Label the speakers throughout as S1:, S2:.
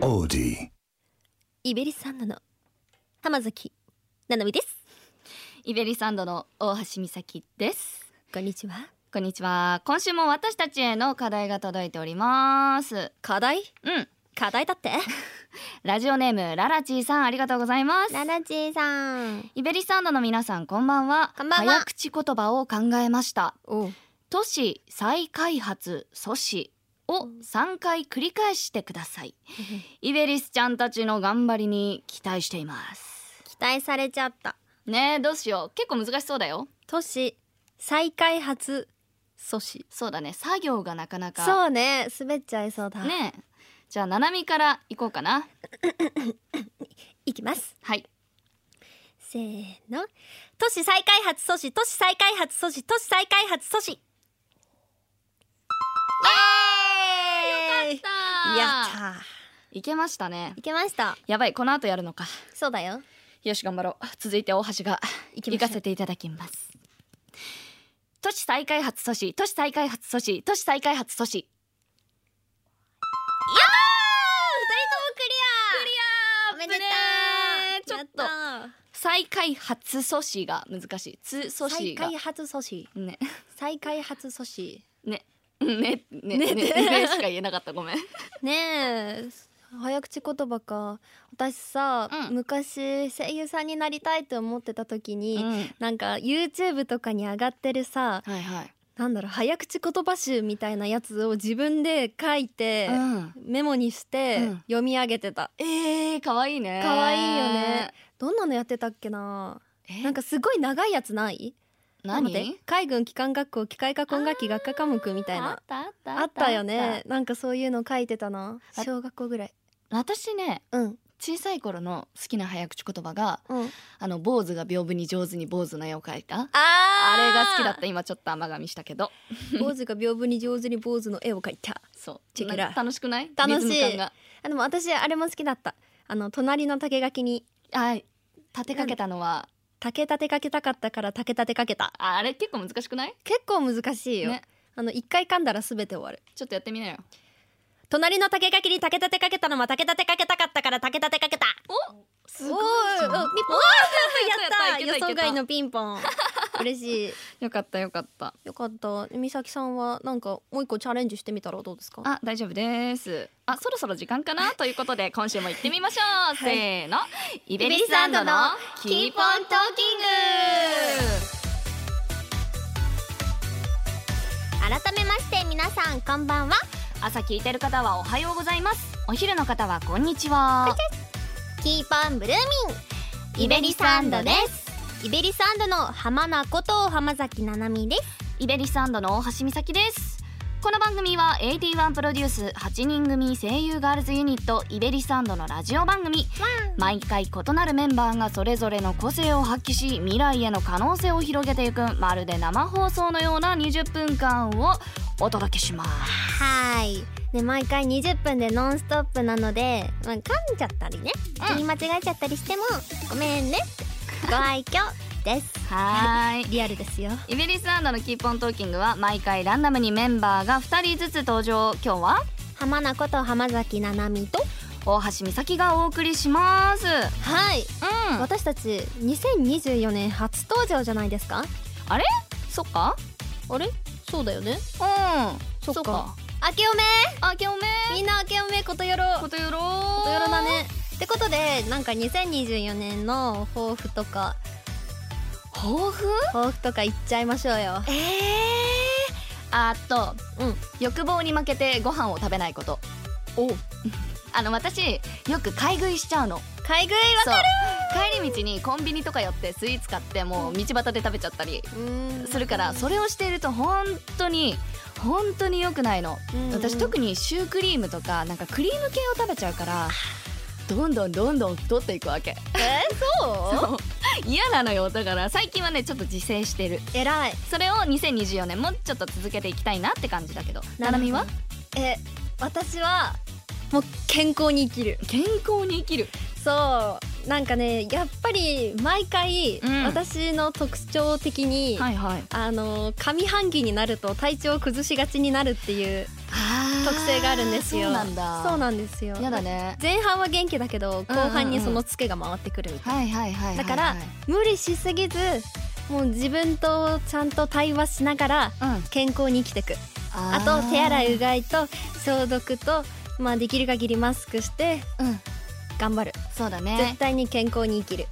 S1: melody.
S2: イベリサンドの浜崎ななみです
S3: イベリサンドの大橋美咲です
S2: こんにちは
S3: こんにちは今週も私たちへの課題が届いております
S2: 課題
S3: うん
S2: 課題だ って
S3: ラジオネームララチーさんありがとうございます
S2: ナチーさん
S3: イベリサンドの皆さんこんばんは
S2: こんばんは
S3: 早口言葉を考えました
S2: お
S3: 都市再開発阻止を3回繰り返してくださ いイベリスちゃんたちの頑張りに期待しています
S2: 期待されちゃった
S3: ねえどうしよう結構難しそうだよ
S2: 都市再開発阻止
S3: そうだね作業がなかなか
S2: そうね滑っちゃいそうだ
S3: ねえじゃあななみから行こうかない
S2: きます
S3: はい
S2: せーの都市再開発阻止都市再開発阻止都市再開発阻止イエーイ
S3: やった
S2: やった
S3: いけましたね
S2: いけました
S3: やばいこの後やるのか
S2: そうだよ
S3: よし頑張ろう続いて大橋が
S2: 行きましょう
S3: 行かせていただきます都市再開発阻止都市再開発阻止都市再開発阻止
S2: 二人ともクリア
S3: クリア
S2: おめでとう
S3: ぶねーちょっと再開発阻止が難しいつ阻
S2: 再
S3: 止が
S2: 開発阻止
S3: ね
S2: 再開発阻止
S3: ねねねねねしか言えなかったごめん
S2: ねえ早口言葉か私さ、
S3: うん
S2: 昔声優さんになりたいと思ってた時に、
S3: うん
S2: なんか YouTube とかに上がってるさ
S3: はいはい
S2: なんだろう早口言葉集みたいなやつを自分で書いて、
S3: うん
S2: メモにして
S3: うん
S2: 読み上げてた、
S3: えー、かわいいね
S2: 可愛いよねどんなのやってたっけな
S3: え
S2: なんかすごい長いやつない
S3: 何
S2: 待って海軍機関学校機械科工学機学科科目みたいな
S3: たあった
S2: あったよねなんかそういうの書いてたな
S3: あ
S2: 小学校ぐらい
S3: 私ね
S2: うん
S3: 小さい頃の好きな早口言葉が
S2: うん
S3: あの坊主が屏風に上手に坊主の絵を描いた
S2: あ
S3: あれが好きだった今ちょっと甘噛みしたけど
S2: た坊主が屏風に上手に坊主の絵を描いた
S3: そう
S2: チェケラ
S3: なんか楽しくない
S2: 楽しい
S3: リズム感が
S2: あでも私あれも好きだったあの隣の竹垣に
S3: あ立てかけたのは
S2: 竹立てかけたかったから竹立てかけた
S3: ああれ結構難しくない
S2: 結構難しいよ、
S3: ね
S2: あの一回噛んだらすべて終わる
S3: ちょっとやってみなよ
S2: 隣の竹垣に竹立てかけたのは竹立てかけたかったから竹立てかけた
S3: おす
S2: お
S3: ごい
S2: ー
S3: じゃん
S2: おーピンポン
S3: やっいけ
S2: や
S3: た
S2: った
S3: いけた
S2: 予想外のピンポン嬉しい
S3: よかったよかった
S2: よかった美咲さんはなんかもう一個チャレンジしてみたらどうですか
S3: あ大丈夫ですあそろそろ時間かなということで今週も行ってみましょう、せーのイベリスンドのキーポントーキング
S2: 改めまして皆さんこんばんは
S3: 朝聞いてる方はおはようございますお昼の方はこんにちは
S2: キーパンブルーミン
S3: イベリサンドです
S2: イベリサンドの浜名こと浜崎ななみです
S3: イベリスンドの大橋美咲ですこの番組は81プロデュース8人組声優ガールズユニットイベリスンドのラジオ番組毎回異なるメンバーがそれぞれの個性を発揮し未来への可能性を広げていくまるで生放送のような20分間をお届けします
S2: はいね毎回20分でノンストップなので、まあ、噛んじゃったりね、
S3: うん
S2: 言い間違えちゃったりしてもごめんね ってご愛嬌です
S3: はーい
S2: リアルですよ
S3: イベリスアンドのキーポントーキングは毎回ランダムにメンバーが2人ずつ登場今日は
S2: 浜名こと浜崎ななみと
S3: 大橋美咲がお送りしますう
S2: はい
S3: ん
S2: 私たち2024年初登場じゃないですか
S3: あれそっか
S2: あれそうだよね
S3: うん
S2: そっか明けおめ
S3: あけおめ
S2: みんな明けおめことよろこ
S3: ことよろ
S2: とよろだねってことでなんか2024年の抱負とか
S3: 抱負
S2: 抱負とか言っちゃいましょうよ
S3: ええあと
S2: うん
S3: 欲望に負けてご飯を食べないこと
S2: お
S3: あの私よく買い食いしちゃうの
S2: 買い食い
S3: そう帰り道にコンビニとか寄ってスイーツ買ってもう道端で食べちゃったり
S2: は
S3: するからそれをしていると本当に本当に良くないの、
S2: うんうん
S3: 私特にシュークリームとかなんかクリーム系を食べちゃうからどんどんどんどん太っていくわけ
S2: えそう
S3: そう 嫌なのよだから最近はねちょっと自制してる
S2: えらい
S3: それを2024年もちょっと続けていきたいなって感じだけどななみは
S2: え私はもう健康に生きる
S3: 健康に生きる
S2: そうなんかねやっぱり毎回、
S3: うん
S2: 私の特徴的に、
S3: いはい
S2: あの上半期になると体調を崩しがちになるっていう特性があるんですよ
S3: そうなんだ
S2: そうなんですよ
S3: やだね
S2: 前半は元気だけど後半にそのツケが回ってくるみたいな、
S3: はいはいはいはいはい
S2: だから無理しすぎずもう自分とちゃんと対話しながら
S3: うん
S2: 健康に生きてくあ
S3: あー
S2: と手洗いうがいと消毒と、まあ、できる限りマスクして
S3: うん
S2: 頑張る、
S3: そうだ
S2: 絶
S3: ね
S2: 対に健康に生きる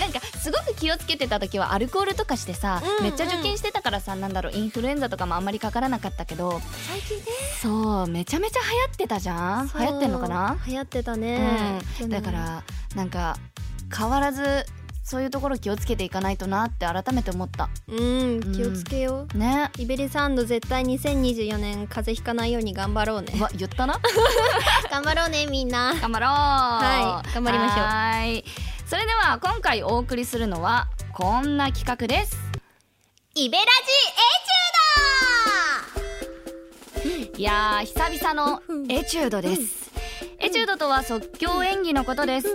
S3: なんかすごく気をつけてた時はアルコールとかしてさ、
S2: うんうん
S3: めっちゃ受験してたからさなんだろうインフルエンザとかもあんまりかからなかったけど
S2: 最近ね
S3: そうめちゃめちゃ流行ってたじゃん流行ってんのかな
S2: 流行ってたね、
S3: う
S2: で
S3: ん、
S2: も
S3: だからなんか変わらずそういうところ気をつけていかないとなって改めて思った
S2: うん気をつけよう、
S3: ね
S2: イベリサンド絶対2024年風邪ひかないように頑張ろうね
S3: うわ言った な
S2: 頑張ろうねみんな
S3: 頑張ろう
S2: はい頑張りましょう
S3: はーいそれでは今回お送りするのはこんな企画です
S2: イベラ
S3: いやー久々のエチュードです、エチュードとは即興演技のことです、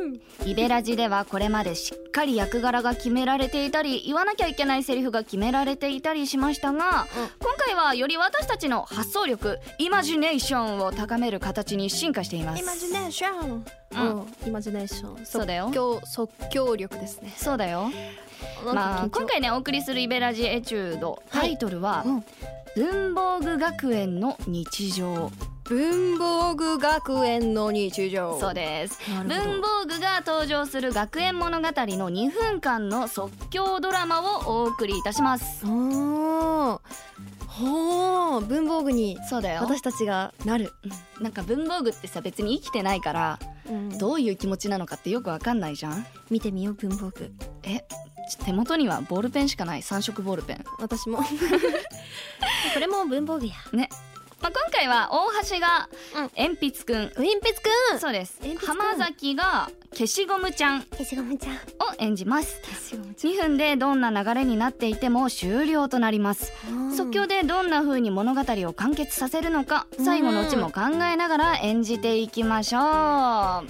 S3: イベラジではこれまでしっかり役柄が決められていたり言わなきゃいけないセリフが決められていたりしましたが、今回はより私たちの発想力イマジネーションを高める形に進化しています
S2: イマジネーション、
S3: うん
S2: イマジネーション
S3: そうだよ
S2: 即興即興力ですね
S3: そうだよ、まあ、今回ねお送りする「イベラジエチュード」
S2: はい
S3: タイトルは
S2: うん
S3: 「文房具学園の日常
S2: 文房具学園の日」常
S3: そうです
S2: なるほ
S3: 文房具が登場する学園物語の2分間の即興ドラマをお送りいたします
S2: どおーほー文房具に
S3: そうだよ
S2: 私たちがなる、
S3: なんか文房具ってさ別に生きてないから
S2: どう
S3: どういう気持ちなのかってよくわかんないじゃん
S2: 見てみよう文房具
S3: えち手元にはボールペンしかない3色ボールペン
S2: 私もこれも文房具や
S3: ね、まあ、今回は大橋が
S2: うん
S3: 鉛筆くん、
S2: 鉛筆くん
S3: そうです
S2: 鉛筆くん
S3: 浜崎が消しゴムちゃんを
S2: 消しゴムちゃん
S3: 演じます
S2: 消しゴムち
S3: 2分でどんな流れになっていても終了となります
S2: ゃん
S3: 即興でどんな風に物語を完結させるのか最後のうちも考えながら演じていきましょうな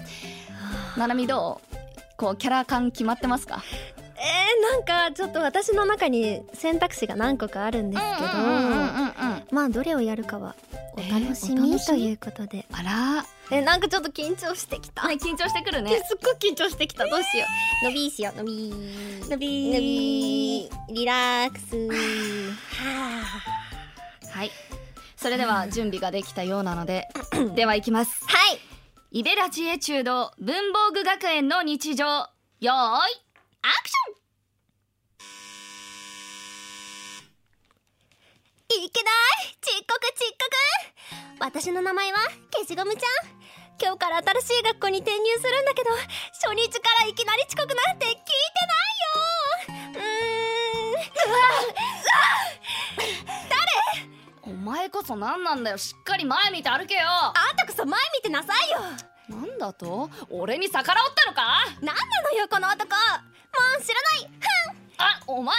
S3: なみどうこうキャラ感決まってますか
S2: えー、なんかちょっと私の中に選択肢が何個かあるんですけど、まあどれをやるかはお楽しみ、
S3: えーお楽し
S2: と
S3: み
S2: いうことで
S3: あら、
S2: えなんかちょっと緊張してきた、
S3: ね、緊張してくる
S2: え
S3: ね
S2: すっごい緊張してきたどうしようのびーしようのびー
S3: のびー
S2: のびーリラックスはあ
S3: はいそれでは準備ができたようなの でではいきます
S2: はい
S3: イベラジエチュード文房具学園の日常よーいアクション
S2: いけないちっこくちっこく私の名前は消しゴムちゃん今日から新しい学校に転入するんだけど初日からいきなり遅刻なんて聞いてないようーん
S3: お前こそ何なんだよしっかり前見て歩けよ
S2: あんたこそ前見てなさいよ
S3: なんだと俺に逆らおったのか
S2: 何なのよこの男もう知らないふん
S3: あお前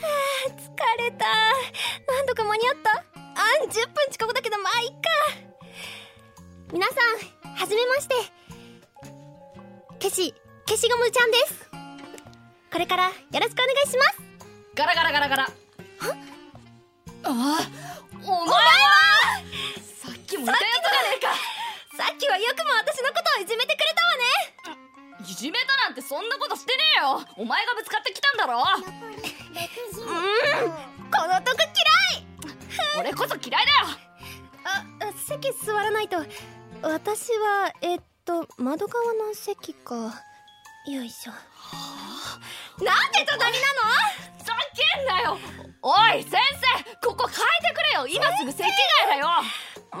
S2: 疲れたなんとか間に合ったあん10分遅刻だけどまあいっか皆さんはじめまして消し消しゴムちゃんですこれからよろしくお願いします
S3: ガラガラガラガラあお前はさっきもいたや
S2: さっきはよくも私のことをいじめてくれたわね
S3: つがねえかいじめたなんてそんなことしてねえよお前がぶつかってきたんだろ
S2: この男嫌い
S3: 俺こそ嫌いだよ
S2: ああ席座らないと私はえっと窓側の席かよいしょなんで隣なの
S3: ふざけんなよおい先生ここ変えてくれよ今すぐ席替えだよ
S2: もう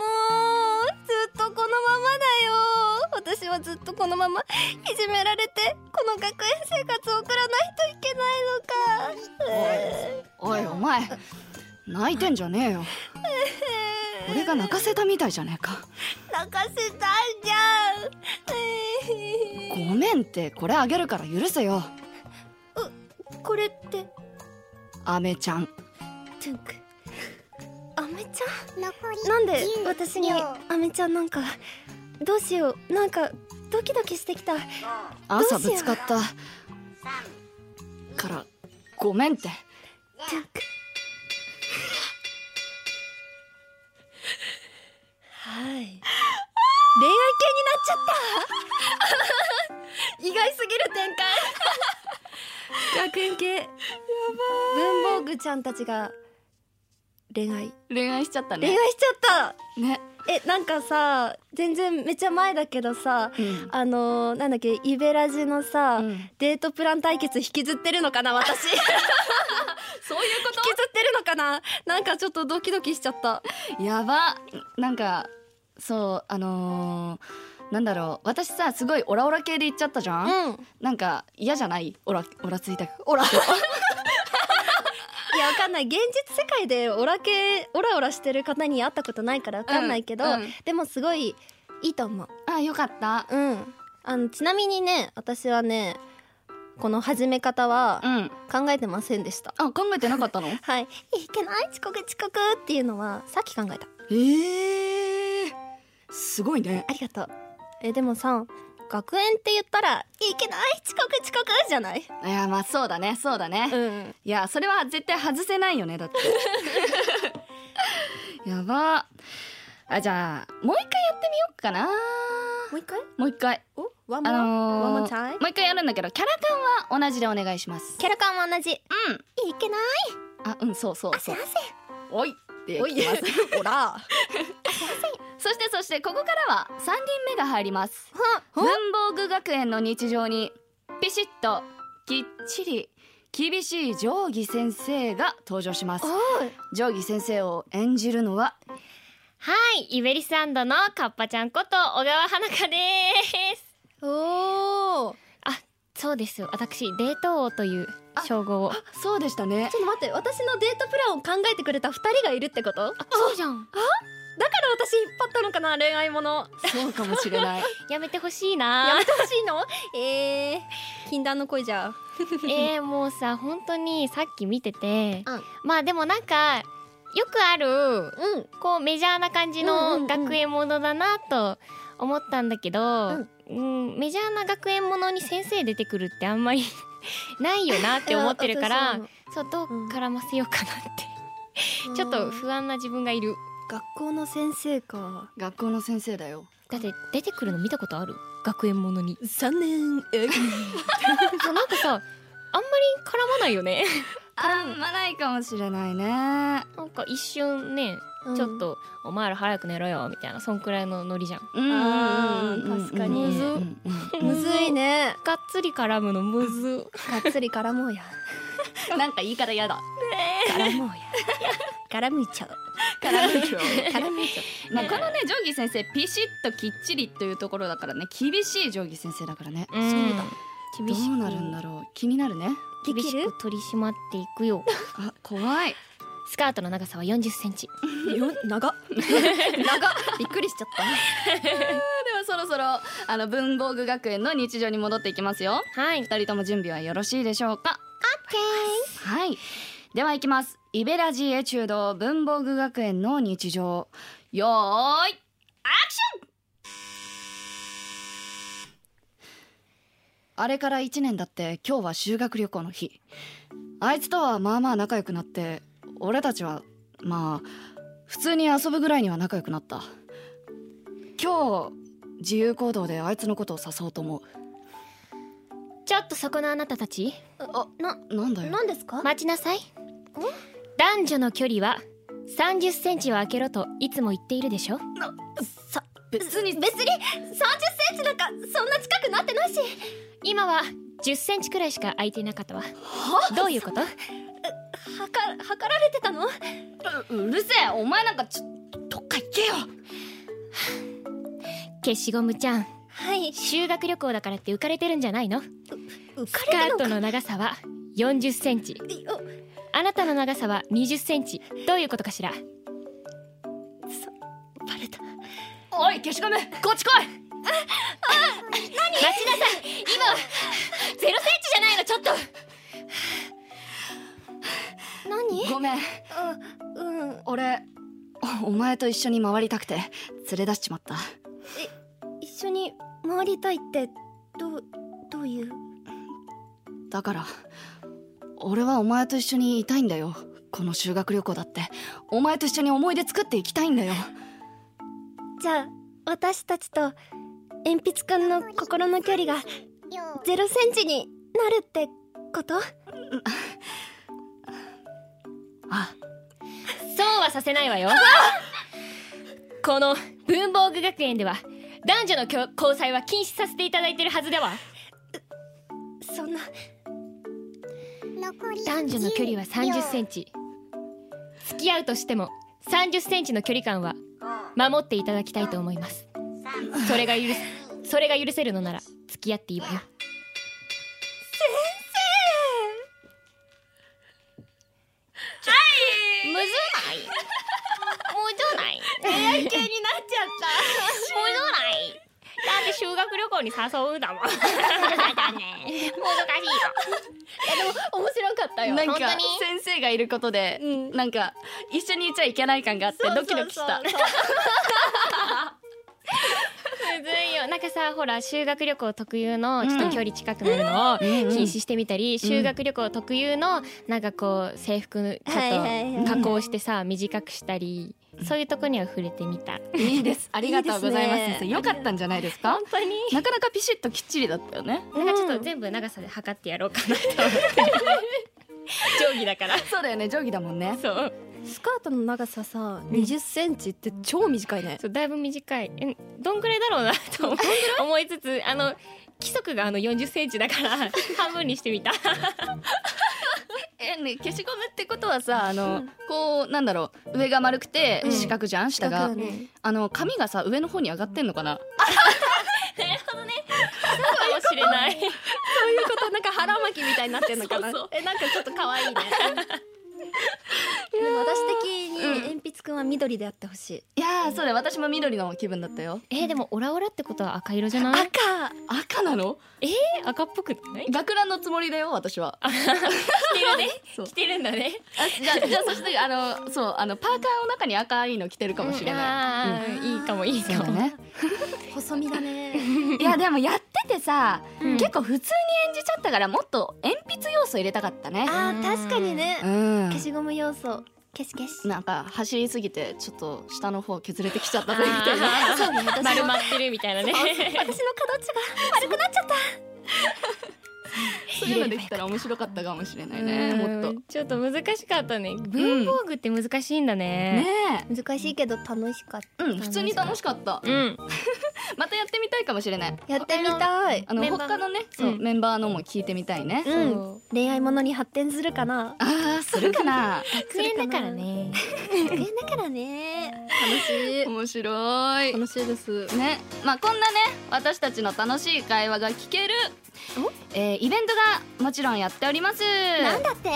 S2: ずっとこのままだよ私はずっとこのままいじめられてこの学園生活を送らないといけないのか
S3: おいお前泣いてんじゃねえよ俺が泣かせたみたいじゃねえか
S2: 泣かせたんじゃん
S3: ごめんってこれあげるから許せよ
S2: これって
S3: アメちゃん
S2: トゥンクアメちゃんなんで私にアメちゃんなんかどうしようなんかドキドキしてきた
S3: 朝ぶつかったからごめんって
S2: トゥンクっちゃった 意外すぎる展開学園系やばい文房具ちゃんたちが恋愛
S3: 恋愛しちゃった
S2: 恋
S3: ね
S2: 愛しちゃっ
S3: ね、
S2: たえなんかさ全然めっちゃ前だけどさ
S3: うん
S2: あのーなんだっけイベラジのさ、
S3: うん
S2: デートプラン対決引きずってるのかな私引きず
S3: そういうこ
S2: ってるのかななんかちょっとドキドキしちゃった
S3: とやばなんかそうあのーなんだろう私さすごいオラオラ系で言っちゃったじゃん、
S2: うん
S3: なんか嫌じゃないオラオラついた オラ
S2: いやわかんない現実世界でオラ系オラオラしてる方に会ったことないからわかんないけど、
S3: うんうん
S2: でもすごいいいと思う
S3: あよかった
S2: うんあのちなみにね私はねこの始め方は
S3: うん
S2: 考えてませんでした、
S3: あ考えてなかったの
S2: はいいけない遅刻遅刻っていうのはさっき考えた
S3: ええすごいね
S2: ありがとうえでもさ学園って言ったらいけない遅刻遅刻じゃない
S3: いやまあ そうだねそうだね、い
S2: ん
S3: やそれは絶対外せないよねだって やばあじゃあもう一回やってみようかな
S2: もう一回
S3: もう一回
S2: おワン
S3: あ
S2: モア、
S3: のー
S2: ワンモア
S3: も
S2: タイム
S3: う一回やるんだけどキャラ感は同じでお願いします
S2: キャラ感は同じい
S3: うん
S2: けない
S3: あうんそうそう
S2: 汗
S3: そう
S2: 汗
S3: おいって言 きます
S2: ほら
S3: そしてそしてここからは三人目が入ります文房具学園の日常にピシッときっちり厳しい定規先生が登場します
S2: おい
S3: 定規先生を演じるのは
S1: はい、イベリサンドのカッパちゃんこと小川花香です。
S2: おお。
S1: そうです、私デート王という称号を。
S3: そうでしたね
S2: ちょっと待って、私のデートプランを考えてくれた二人がいるってこと？だから
S1: そうじゃん。
S2: 私引っ張ったのかな恋愛もの。
S3: そうかもしれない
S1: やめてほしい
S2: や
S1: な
S2: め。てほしいの？ええー、禁断の恋じゃん。
S1: えー、もうさ、本当にさっき見てて、
S2: うん
S1: まあでもなんかよくある
S2: うん。
S1: こうメジャーな感じ
S2: うんうんう
S1: の
S2: ん
S1: 学園ものだなと思ったんだけど、
S2: う
S1: うんんメジャーな学園ものに先生出てくるってあんまり ないよなって思ってるから、そうどう絡ませようかなって。ちょっと不安な自分がいる。
S2: 学校の先生か。
S3: 学校の先生だよ
S1: だって出てくるの見たことある学園ものに
S2: 三年え
S1: そうなんかさあんまり絡まないよね
S3: あんまないかもしれないね
S1: なんか一瞬ねちょっ。と「お前ら早く寝ろよ」みたいなそんくらいのノリじゃん
S3: うんうん
S2: あー
S3: うんうん
S2: 確かに
S3: うんうん
S2: うんむずいね。
S1: がっつり絡むのむず
S2: がっつり絡もうや。
S3: うんなんか言い方やだ
S2: 絡 もうや。絡みちゃう。
S3: からむよ
S2: 絡みちゃ
S3: まあ、このね定規先生ピシッときっちりというところだからね厳しい定規先生だからね
S1: うん
S2: そうだ
S3: ど
S1: 厳しく
S3: うなるんだろう気になるね
S2: う。で
S1: 厳
S2: き
S1: し
S2: る
S1: く？取り締まっていくよ
S3: あ怖い
S1: スカートの長さは4 0ンチ
S2: よ 長っ長っびっくりしちゃった。
S3: ではそろそろあの文房具学園の日常に戻っていきますよ
S1: はい
S3: 二人とも準備はよろしいでしょうかはいでは行きますイベラジエチュード文房具学園の日常よーいアクションあれから1年だって今日は修学旅行の日あいつとはまあまあ仲良くなって俺たちはまあ普通に遊ぶぐらいには仲良くなった今日自由行動であいつのことを誘おうと思
S1: ちょっとそこのあなたたち
S3: うなんだよ
S2: 何ですか？
S1: 待ちなさい男女の距離は3 0ンチは開けろといつも言っているでしょ
S2: さ別に別に三十センチなんかそんな近くなってないし。
S1: 今は1 0ンチくらいしか空いていなかったわどういう こと
S2: はか測られてたの？
S3: ううるせえお前なんかちょどっか行けよ
S1: 消しゴムちゃん
S2: はい。
S1: 修学旅行だからって浮かれてるんじゃないの
S2: 浮
S1: ス
S2: か
S1: カ
S2: れた
S1: ート
S2: のか。
S1: の長さは40センチ
S2: いお
S1: あなたの長さは20センチどういうことかしら
S2: バレた。
S3: おい消しゴムこっち来い
S1: 待ちなさい今は0センチじゃないのちょっ
S2: 何？
S1: と
S3: ごめん
S2: あうん。
S3: 俺おお前と一緒に回りたくて連れ出しちまった
S2: 一緒に回りたいってどうどういう？
S3: だから俺はお前と一緒にいたいんだよこの修学旅行だってお前と一緒に思い出作っていきたいんだよ
S2: じゃあ私たちと鉛筆くんの心の距離がゼロセンチになるってこと
S3: あ
S1: そうはさせないわよこの文房具学園では男女のきょ交際は禁止させていただいてるはずだわ
S2: そんな
S1: 男女の距離は3 0センチ付き合うとしても3 0センチの距離感は守っていただきたいと思いますそれが許せそれが許せるのなら付き合っていいわよむずないむずない
S2: 系になっちゃった
S1: むずないだって修学旅行に誘うんだもんだね難しいよ
S2: 面白かったよ
S3: なんか
S1: 本当
S3: 先
S1: に
S3: 生がいることで、
S2: うん
S3: なんか一緒にいちゃいけない感があってドキドキした
S2: そうそうそう
S1: むずいよなんかさほら修学旅行特有のちょっと距離近くなるのを
S3: うん
S1: 禁止してみたり、修学旅行特有のなんかこう制服ちょ
S2: はいはいは
S1: っ
S2: い
S1: と加工してさ短くしたりそういうとこには触れてみた
S3: いいですありがとうございます
S2: いいですね
S3: 先生よかったんじゃないですか
S1: 当に
S3: なかなかピシッときっちりだったよね
S1: なんかちょっと全部長さで測ってやろうかなと思って 定規だから
S3: そうだよね定規だもんね
S1: そう
S2: スカートの長ささ20センチって超短いね
S1: そうだいぶ短いえどんくらいだろうなと思思いつ つあの規則があの40センチだから 半分にしてみた
S3: えね消しゴムってことはさあの、こうなんだろう上が丸くて
S2: うん
S3: 四角じゃん、下が、
S2: だからね
S3: あの髪がさ上の方に上がってんのかな
S1: かもしれ ない
S2: そういうことなんか腹巻きみたいになってんのかな
S1: そうそう
S2: えなんかちょっと可 愛いねでも私的に鉛筆くんは緑であってほしい、
S3: いやーそれ私も緑の気分だったよ
S1: えでもオラオラってことは赤色じゃない
S2: 赤
S3: 赤なの
S1: え赤っぽく ない
S3: 学ランのつもりだよ私はあ
S1: 着てるね
S3: そう
S1: 着てるんだね
S3: じゃあじゃあそしてあのそうあのパーカーの中に赤いの着てるかもしれない、
S1: あーいいかもいい
S3: そう
S1: か
S3: だ
S1: も、
S3: ね
S2: 細身だね
S3: いやでもやっててさ、
S1: うん
S3: 結構普通に演じちゃったからもっと鉛筆要素入れたかったね
S2: あー確かにね、
S3: うん
S2: 消しゴム要素消し消し
S3: なんか走りすぎてちょっと下の方削れてきちゃった
S1: あ
S3: ぜみたいな
S1: ー
S2: そうね私の
S1: 丸まってるみたいな ね
S2: 私の角地が悪くなっちゃった
S3: そういうのできたら面白かったかもしれないね
S1: うん
S3: もっとね
S1: ちょっと難しかったね文房具って難しいんだね、
S2: 難しいけど楽しかっ
S3: えうん普通に楽しかった
S1: うん
S3: またやってみたいかもしれない
S2: たやってみたい
S3: あの
S1: メンバー
S3: 他のねそう
S1: うん
S3: メンバーのも聞いてみたいね
S2: うん
S1: そう
S2: 恋愛ものに発展するかな
S3: あーするかな
S1: 学園だからね
S2: 学園だからね楽
S3: 面白
S2: しい
S3: い
S2: 楽しいです
S3: ねまあこんなね私たちの楽しい会話が聞けるえーイベントがもちろんやっております
S2: なんだって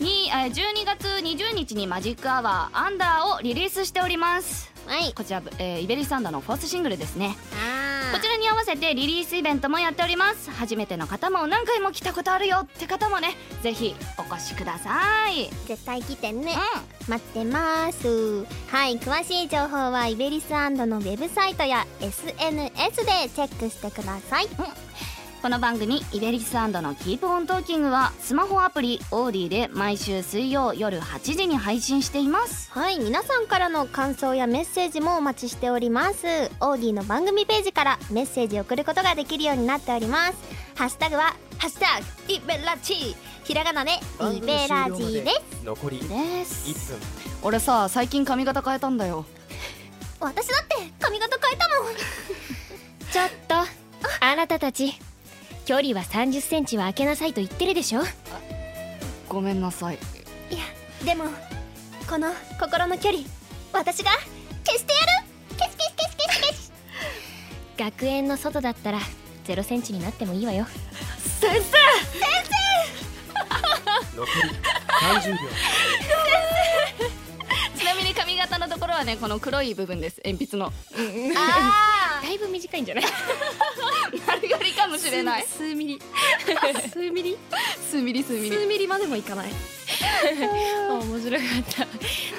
S3: にえー12月20日にマジックアワーアンダーをリリースしております
S2: はい
S3: こちら、えーイベリサンダーのフォースシングルですね
S2: あ
S3: こちらに合わせてリリースイベントもやっております初めての方も何回も来たことあるよって方もねぜひお越しください
S2: 絶対来てね
S3: う
S2: 待ってますはい詳しい情報はイベリスのウェブサイトや SNS でチェックしてください
S3: んこの番組「イベリスのキープオントーキングはスマホアプリオーディで毎週水曜夜8時に配信しています
S2: はい皆さんからの感想やメッセージもお待ちしておりますオーディの番組ページからメッセージを送ることができるようになっておりますハッシュタグは「ハッシュタグイベラジ」ひらがなでイベラジです
S4: 残り
S3: です
S4: 1分
S3: 俺さ最近髪型変えたんだよ
S2: 私だって髪型変えた もん
S1: ちょっとあなたたち距離は3 0センチは開けなさいと言ってるでしょ
S3: ごめんなさい
S2: いやでもこの心の距離私が消してやる消し消し消し消し消し
S1: 学園の外だったら0センチになってもいいわよ
S3: 先生
S4: 残り30秒
S3: ちなみに髪型のところはねこの黒い部分です鉛筆の
S2: あ
S1: だいぶ短いんじゃない
S3: 丸刈りかもしれない
S2: 数 ミリ数ミリ
S3: 数ミリ数ミリ
S2: ミリまでもいか ない
S1: 面白かっ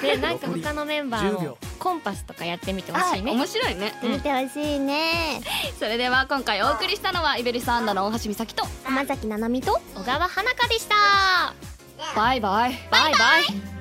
S1: たでなんか
S4: 残り
S1: 他のメンバー
S4: 10
S1: も
S4: 秒
S1: コンパスとかやってみてほ
S3: は
S1: し
S3: い
S1: いね
S3: 面白いね
S2: 見てほしいね
S3: それでは今回お送りしたのはイベリスアンダの大橋美咲と
S2: 天崎七海と
S1: 小川花香でした
S3: バイバイ
S1: バイバイ